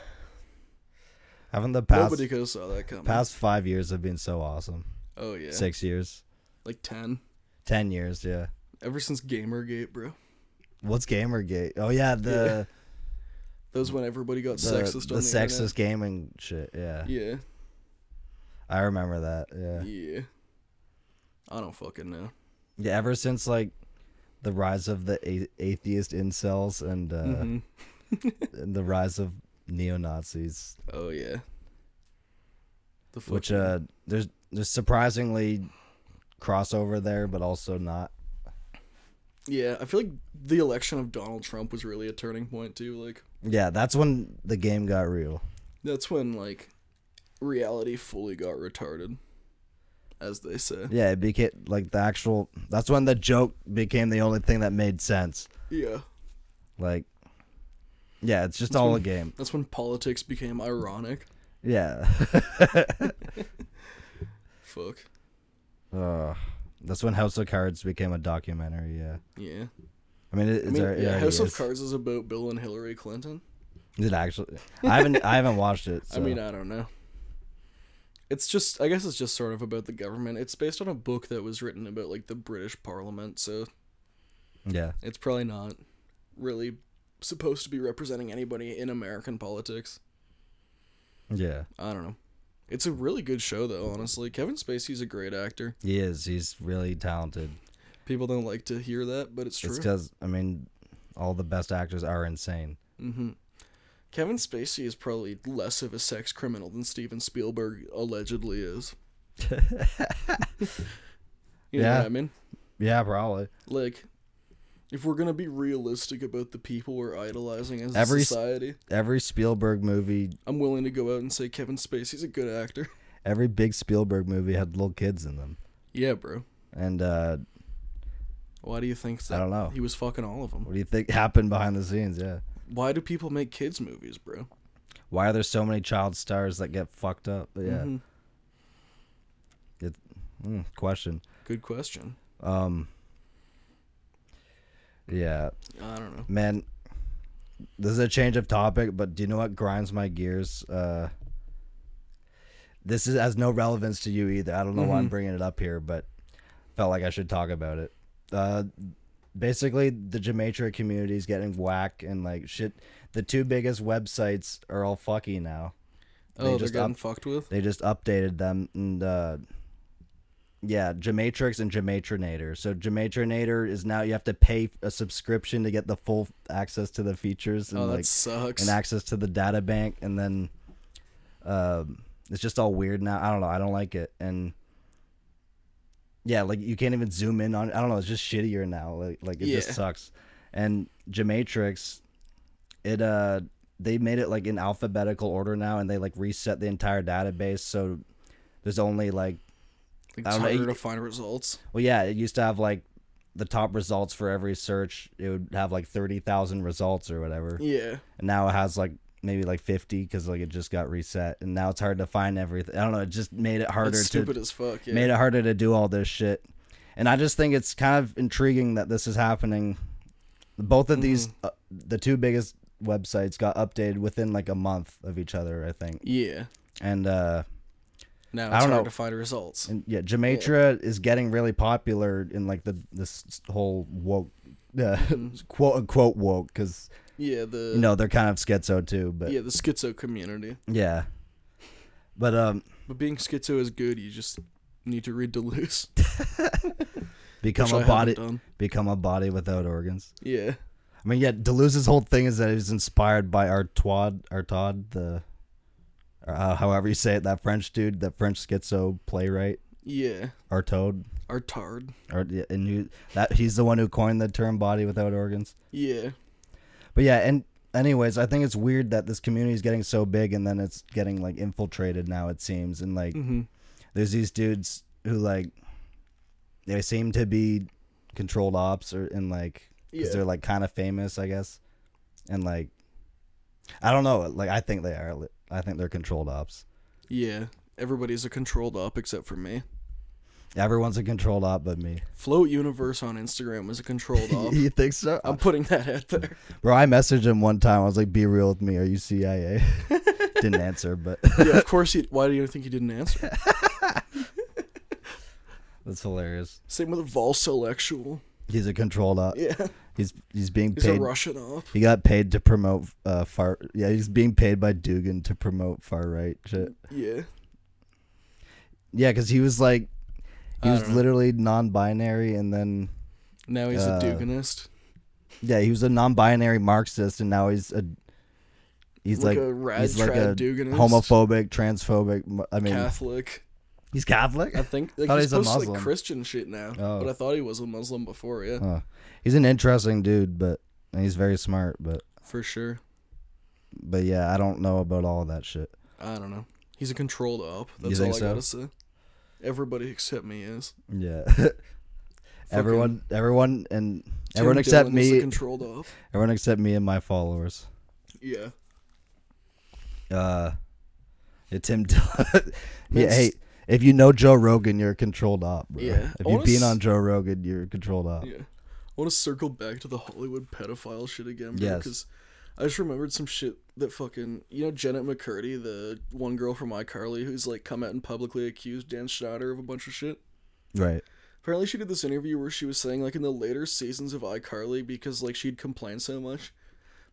Haven't the past nobody could have saw that coming. past five years have been so awesome. oh yeah, Six years. like ten. Ten years, yeah. Ever since GamerGate, bro. What's Gamergate? Oh yeah, the That was when everybody got the, sexist the on the sexist gaming shit. Yeah. internet. I remember that. Yeah, Yeah. yeah. I don't fucking know. Yeah. Ever since like the rise of the a- atheist incels and uh, hmm and the rise of neo Nazis, Oh yeah. The which fucking- uh there's there's surprisingly crossover there but also not yeah, I feel like the election of Donald Trump was really a turning point too. Like, yeah that's when the game got real That's when like reality fully got retarded, as they say. yeah it became like the actual that's when the joke became the only thing that made sense Yeah. like yeah it's just all a game That's when politics became ironic. yeah Fuck. Ugh. that's when house of cards became a documentary yeah Yeah. i mean it, it's I mean, alre- it yeah, already House of is. Cards is about Bill and Hillary Clinton. Is it actually i haven't i haven't watched it so. I mean, uh, I don't know. It's just I guess it's just sort of about the government. It's based on a book that was written about like the British Parliament, so yeah it's probably not really supposed to be representing anybody in American politics. yeah I don't know. It's a really good show though, honestly. Kevin Spacey's a great actor. he is he's really talented People don't like to hear that, but it's true. It's because I mean, all the best actors are insane. hmm Kevin Spacey is probably less of a sex criminal than Steven Spielberg allegedly is. you know Yeah. what I mean? Yeah, probably. Like, If we're gonna be realistic about the people we're idolizing as Every a s- society, Every Spielberg movie, I'm willing to go out and say Kevin Spacey's a good actor. every big Spielberg movie had little kids in them, Yeah, bro. and uh, Why do you think that? I don't know. He was fucking all of them. What do you think happened behind the scenes? Yeah. Why do people make kids movies, bro? Why are there so many child stars that get fucked up? But yeah. Mhm. It, mm, question. Good question. Um. Yeah, I don't know. man. This is a change of topic, but do you know what grinds my gears? Uh. This is has no relevance to you either. I don't know why I'm bringing it up here, but felt like I should talk about it. Uh, basically, the Jamaica community is getting whack and like shit. The two biggest websites are all fucky now. They oh, they're just getting up- fucked with. They just updated them and uh yeah, Gematrix and Gematronator. So Gematronator is now you have to pay a subscription to get the full access to the features and Oh, that like sucks. and access to the data bank and then um it's just all weird now. I don't know, I don't like it. And yeah, like you can't even zoom in on I don't know, it's just shittier now. Like like it just Yeah. sucks. And Gematrix it uh they made it like in alphabetical order now and they like reset the entire database so there's only like Like, I it's don't know, harder you- to find results. well yeah it used to have like the top results for every search it would have like 30,000 results or whatever Yeah. and now it has like maybe like 50 cuz like it just got reset and now it's hard to find everything I don't know it just made it harder That's to stupid as fuck. Yeah. made it harder to do all this shit. And I just think it's kind of intriguing that this is happening. Both of these, Mm. uh, the two biggest websites, got updated within like a month of each other, I think. yeah. And uh, Now it's I don't hard know. to find results. and yeah, Jamaica is getting really popular in like the this whole woke, uh, quote unquote woke, because Mm-hmm. yeah. The you know they're kind of schizo too. But yeah. yeah the schizo community. but um, But being schizo is good. You just need to read Deleuze. become Which I a haven't body, done. become a body without organs. Yeah. I mean, yeah, Deleuze's whole thing is that he was inspired by Artaud, Artaud, the, uh, however you say it, that French dude, that French schizo playwright, Yeah. Artaud, Artard. or yeah, and who, that he's the one who coined the term "body without organs." Yeah. But yeah, and anyways, I think it's weird that this community is getting so big, and then it's getting like infiltrated now. It seems, and like Mm-hmm. there's these dudes who like, they seem to be controlled ops, or and like because Yeah. they're like kind of famous, I guess, and like I don't know, like I think they are. li- I think they're controlled ops. Yeah. Everybody's a controlled up except for me. Everyone's a controlled op but me. Float Universe on Instagram is a controlled op. you think so, I'm putting that out there. bro? I messaged him one time. I was like, "Be real with me. Are you CIA?" Didn't answer, but Yeah, of course. He, why do you think he didn't answer? that's hilarious. Same with Volselectual. He's a controlled op. Yeah, He's he's being he's a paid. Russian op. He got paid to promote uh, far. Yeah, he's being paid by Dugan to promote far right shit. Yeah, Yeah, because he was like, he I was don't know. literally non-binary, and then now he's Uh, a Duganist. Yeah, he was a non-binary Marxist, and now he's a he's Like like, a rad he's like trad a Duganist. homophobic, transphobic. m- I mean, Catholic. he's Catholic. I think like, Thought he's he's a supposed to like Muslim. Christian shit now, Oh. but I thought he was a Muslim before. Yeah, Huh. He's an interesting dude, but and he's very smart. But for sure. but yeah, I don't know about all that shit. I don't know. He's a controlled op. You That's all I think so? gotta say. Everybody except me is. Yeah, everyone, everyone, and everyone Tim except Dillon is a me, controlled op. everyone except me and my followers. Yeah. Uh, yeah, Tim Dillon. Man, yeah, hey. If you know Joe Rogan, you're controlled up. Bro. Yeah. If I you've wanna been s- on Joe Rogan, you're controlled up. Yeah. I want to circle back to the Hollywood pedophile shit again, bro, Yes. because I just remembered some shit that fucking you know Janet McCurdy, the one girl from iCarly who's like come out and publicly accused Dan Schneider of a bunch of shit. Right. Apparently, she did this interview where she was saying, like, in the later seasons of iCarly, because, like, she'd complain so much.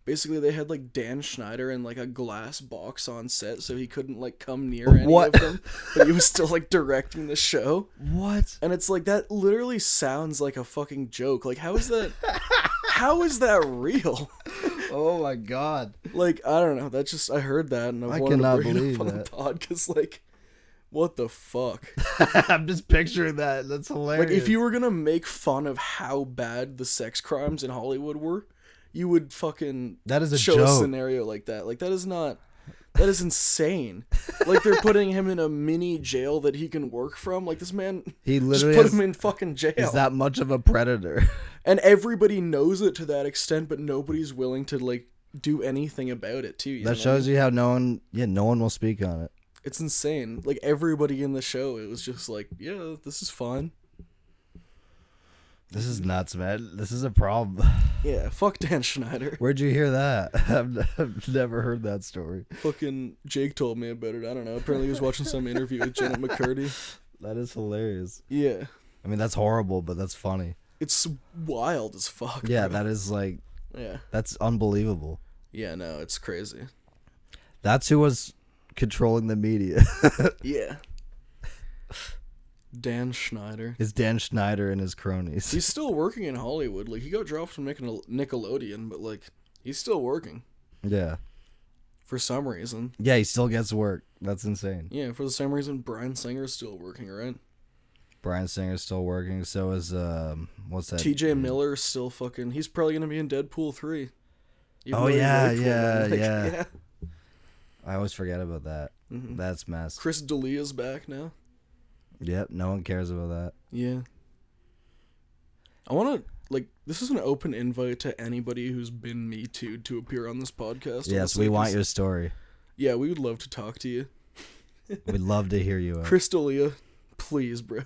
Basically, they had, like, Dan Schneider in, like, a glass box on set, so he couldn't, like, come near any What? of them. But he was still, like, directing the show. What? And it's like, that literally sounds like a fucking joke. Like, how is that. How is that real? Oh my god. Like, I don't know. That just. I heard that, and I, I wanted to cannot bring it believe up on the that. pod, because, like. What the fuck? I'm just picturing that. That's hilarious. Like if you were gonna make fun of how bad the sex crimes in Hollywood were, you would fucking that is a show a joke. scenario like that. Like that is not that is insane. like they're putting him in a mini jail that he can work from. Like this man he just literally put is, him in fucking jail. is that much of a predator. and everybody knows it to that extent, but nobody's willing to like do anything about it too. You that know? shows you how no one, yeah, no one will speak on it. it's insane. Like everybody in the show, it was just like, yeah, this is fine. This Mm-hmm. is nuts, man. This is a problem. Yeah, fuck Dan Schneider. Where'd you hear that? I've, I've never heard that story. Fucking Jake told me about it. I don't know. Apparently, he was watching some interview with Janet McCurdy. That is hilarious. Yeah, I mean, that's horrible, but that's funny. it's wild as fuck. Yeah, bro. that is like yeah, that's unbelievable. yeah. No, it's crazy. That's who was controlling the media. Yeah, Dan Schneider. is Dan Schneider and his cronies. He's still working in Hollywood. Like he got dropped from Nickel- Nickelodeon, but like he's still working Yeah. for some reason. Yeah, he still gets work. That's insane. Yeah, for the same reason Brian Singer's still working, right? Brian Singer's still working. So is um, what's that? TJ Miller's still fucking. He's probably gonna be in Deadpool three. Even Oh, though he yeah, wrote Deadpool, yeah, man, yeah. I always forget about that. Mhm. That's mess. Chris D'Elia's back now. Yep. No one cares about that. Yeah. I want to like this is an open invite to anybody who's been me too to appear on this podcast. yes, honestly, we want 'cause- your story. Yeah, we would love to talk to you, We'd love to hear you. out. Chris D'Elia. Please, bro.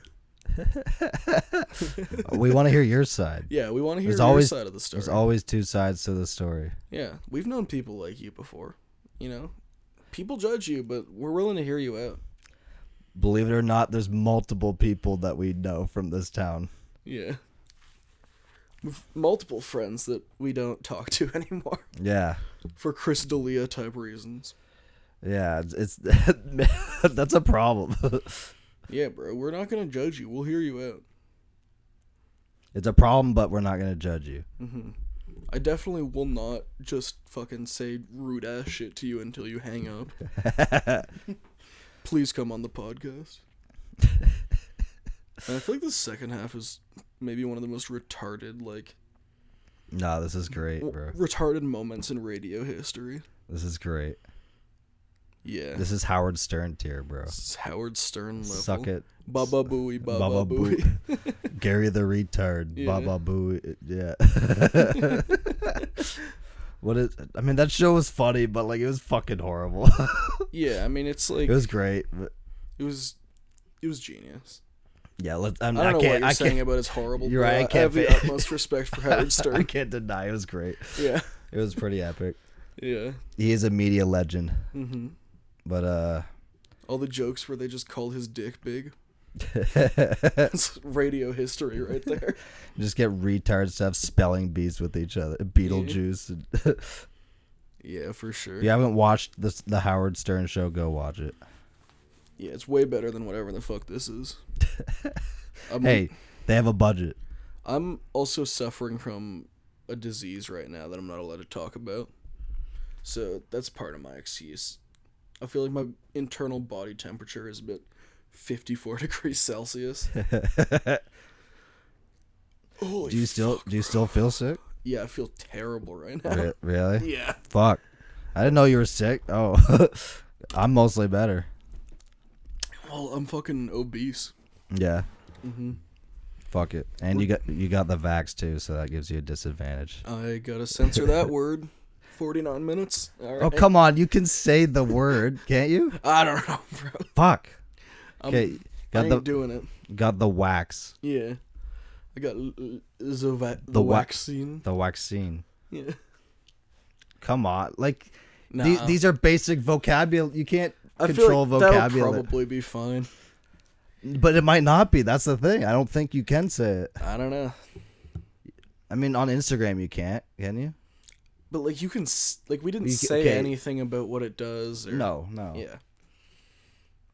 we want to hear your side. Yeah, we want to hear There's your always- side of the story. There's always two sides to the story. yeah, we've known people like you before. You know, people judge you, but we're willing to hear you out. Believe it or not, there's multiple people that we know from this town. Yeah. We've multiple friends that we don't talk to anymore Yeah. for Chris D'Elia type reasons. Yeah, it's, it's that's a problem. Yeah, bro, we're not gonna judge you. We'll hear you out. it's a problem, but we're not gonna judge you. I definitely will not just fucking say rude ass shit to you until you hang up. Please come on the podcast. and I feel like the second half is maybe one of the most retarded, like No, this is great, bro. retarded moments in radio history. This is great. Yeah, This is Howard Stern tier, bro. this is Howard Stern level. Suck it, Baba Booey, Baba, Baba Booey. Boo- Gary the retard, Yeah. Baba Boo. Yeah. what is? I mean, that show was funny, but like it was fucking horrible. yeah, I mean it's like it was great, but it was it was genius. yeah. Let's. I'm, I don't I, know can't. what you're I saying can't. about it's horrible. You're but right, I I, I can't have the fit- utmost respect for Howard I Stern. can't deny it was great. yeah, It was pretty epic. yeah. He is a media legend, hmm but uh, All the jokes where they just call his dick big. It's radio history right there. just get retard stuff spelling bees with each other. Beetlejuice. and- if Yeah, for sure. you haven't watched this, the Howard Stern show, go watch it. Yeah, it's way better than whatever the fuck this is. I'm, Hey, they have a budget. I'm also suffering from a disease right now that I'm not allowed to talk about. So that's part of my excuse. I feel like my internal body temperature is about 54 degrees Celsius. Holy Do you still do you still feel sick? Yeah, I feel terrible right now. Re- really? Yeah. Fuck. I didn't know you were sick. Oh, I'm mostly better. Well, I'm fucking obese. Yeah. Mm-hmm. Fuck it. And you got you got the vax too, so that gives you a disadvantage. I gotta censor that word. 49 minutes? All right. Oh come on, you can say the word, can't you? I don't know, bro. Fuck. I'm, Okay, Um, I got ain't the doing it. got the wax, Yeah. I got l- l- the, va- the, wa- vaccine. the vaccine. Yeah. Come on, like Nah. the- these are basic vocabulary. You can't I feel control like That'll vocabulary, probably be fine. but it might not be. That's the thing. I don't think you can say it. I don't know. I mean, on Instagram you can't, can you? But like you can s- like we didn't You ca- say okay. anything about what it does or No, no. Yeah.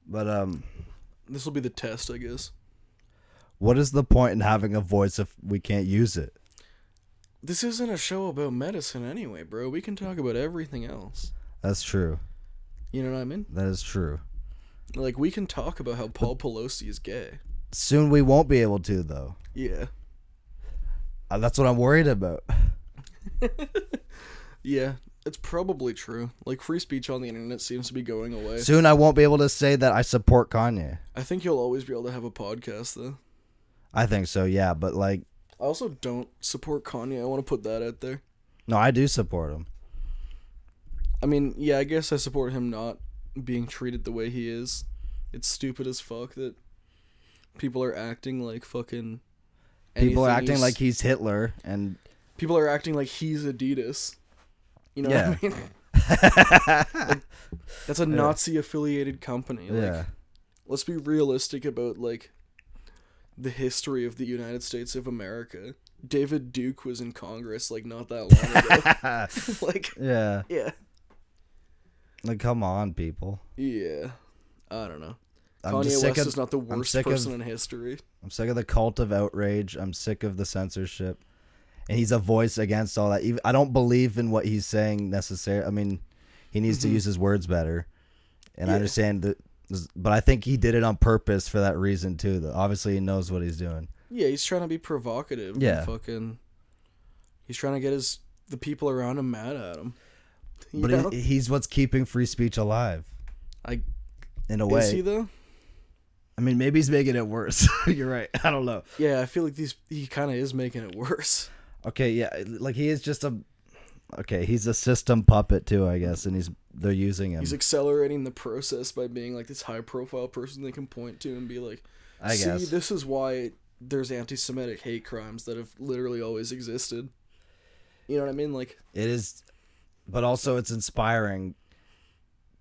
But um, This will be the test, I guess. what is the point in having a voice if we can't use it? This isn't a show about medicine anyway, bro. We can talk about everything else. That's true. You know what I mean? That is true. Like we can talk about how Paul Pelosi is gay. Soon we won't be able to though. Yeah. Uh, that's what I'm worried about. Yeah. It's probably true. Like free speech on the internet seems to be going away. Soon I won't be able to say that I support Kanye. I think you'll always be able to have a podcast though. I think so, yeah, but like I also don't support Kanye. I want to put that out there. no, I do support him. I mean, yeah, I guess I support him not being treated the way he is. It's stupid as fuck that people are acting like fucking. People are anything acting he's- like he's Hitler and people are acting like he's Adidas. You know Yeah. what I mean? Like, that's a Nazi affiliated company. Like, yeah. let's be realistic about like the history of the United States of America. David Duke was in Congress like not that long ago. like, yeah. yeah, Like come on, people. yeah. I don't know. I'm Kanye just sick West of is not the worst sick of- person in history. I'm sick of the cult of outrage. I'm sick of the censorship. And he's a voice against all that. Even, I don't believe in what he's saying necessarily. I mean, he needs to use his words better. And I Mm-hmm. Yeah. understand that, but I think he did it on purpose for that reason too. Though obviously he knows what he's doing. Yeah, he's trying to be provocative. and Yeah. fucking. He's trying to get his the people around him mad at him. You But know? he, he's what's keeping free speech alive I in a is he way. though? I mean, maybe he's making it worse. You're right. I don't know. Yeah, I feel like these he kind of is making it worse. Okay, yeah, like he is just a. Okay, he's a system puppet too, I guess, and he's they're using him. He's accelerating the process by being like this high profile person they can point to and be like, I "See, guess. this is why there's anti-Semitic hate crimes that have literally always existed." You know what I mean? Like, it is but also it's inspiring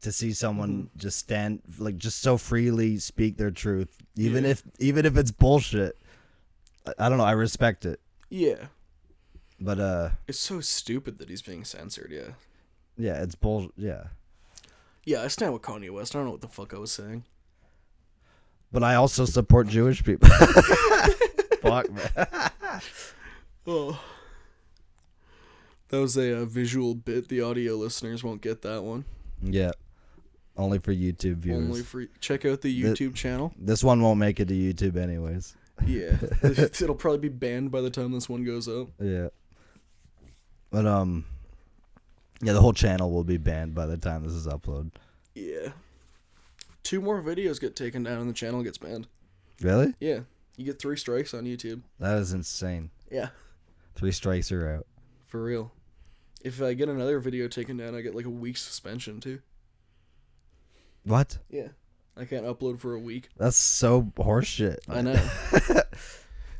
to see someone Mm-hmm. just stand like just so freely speak their truth even Yeah. if even if it's bullshit I, I don't know i respect it yeah, but uh it's so stupid that he's being censored. Yeah, yeah it's bull yeah yeah, I stand with Kanye West. I don't know what the fuck I was saying. but i also support jewish people fuck man Oh. That was a uh, visual bit. The audio listeners won't get that one. yeah only for youtube viewers Only for check out the The- YouTube channel. this one won't make it to youtube anyways Yeah, it'll probably be banned by the time this one goes out. yeah but um yeah the whole channel will be banned by the time this is uploaded Yeah. Two more videos get taken down and the channel gets banned. really Yeah. You get three strikes on YouTube. That is insane. Yeah. Three strikes are out. For real. If I get another video taken down, I get like a week's suspension too. What? Yeah. I can't upload for a week. That's so horseshit. I know.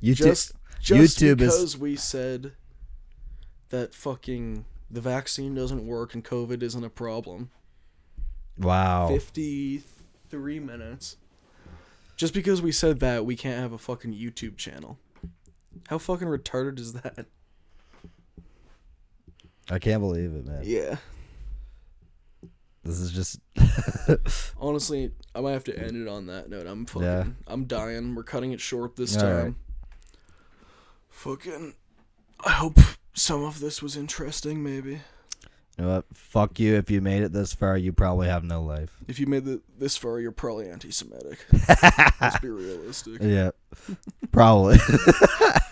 YouTube. just just YouTube is- because we said that fucking the vaccine doesn't work and COVID isn't a problem. wow. Fifty three minutes. Just because we said that, we can't have a fucking YouTube channel. How fucking retarded is that? I can't believe it, man. Yeah. This is just. Honestly, I might have to end it on that note. I'm fucking. Yeah. I'm dying. We're cutting it short this All time. right. Fucking. I hope some of this was interesting. Maybe You know what? Fuck you. If you made it this far, you probably have no life. if you made it this far, you're probably anti-Semitic. Let's be realistic. Yeah. probably.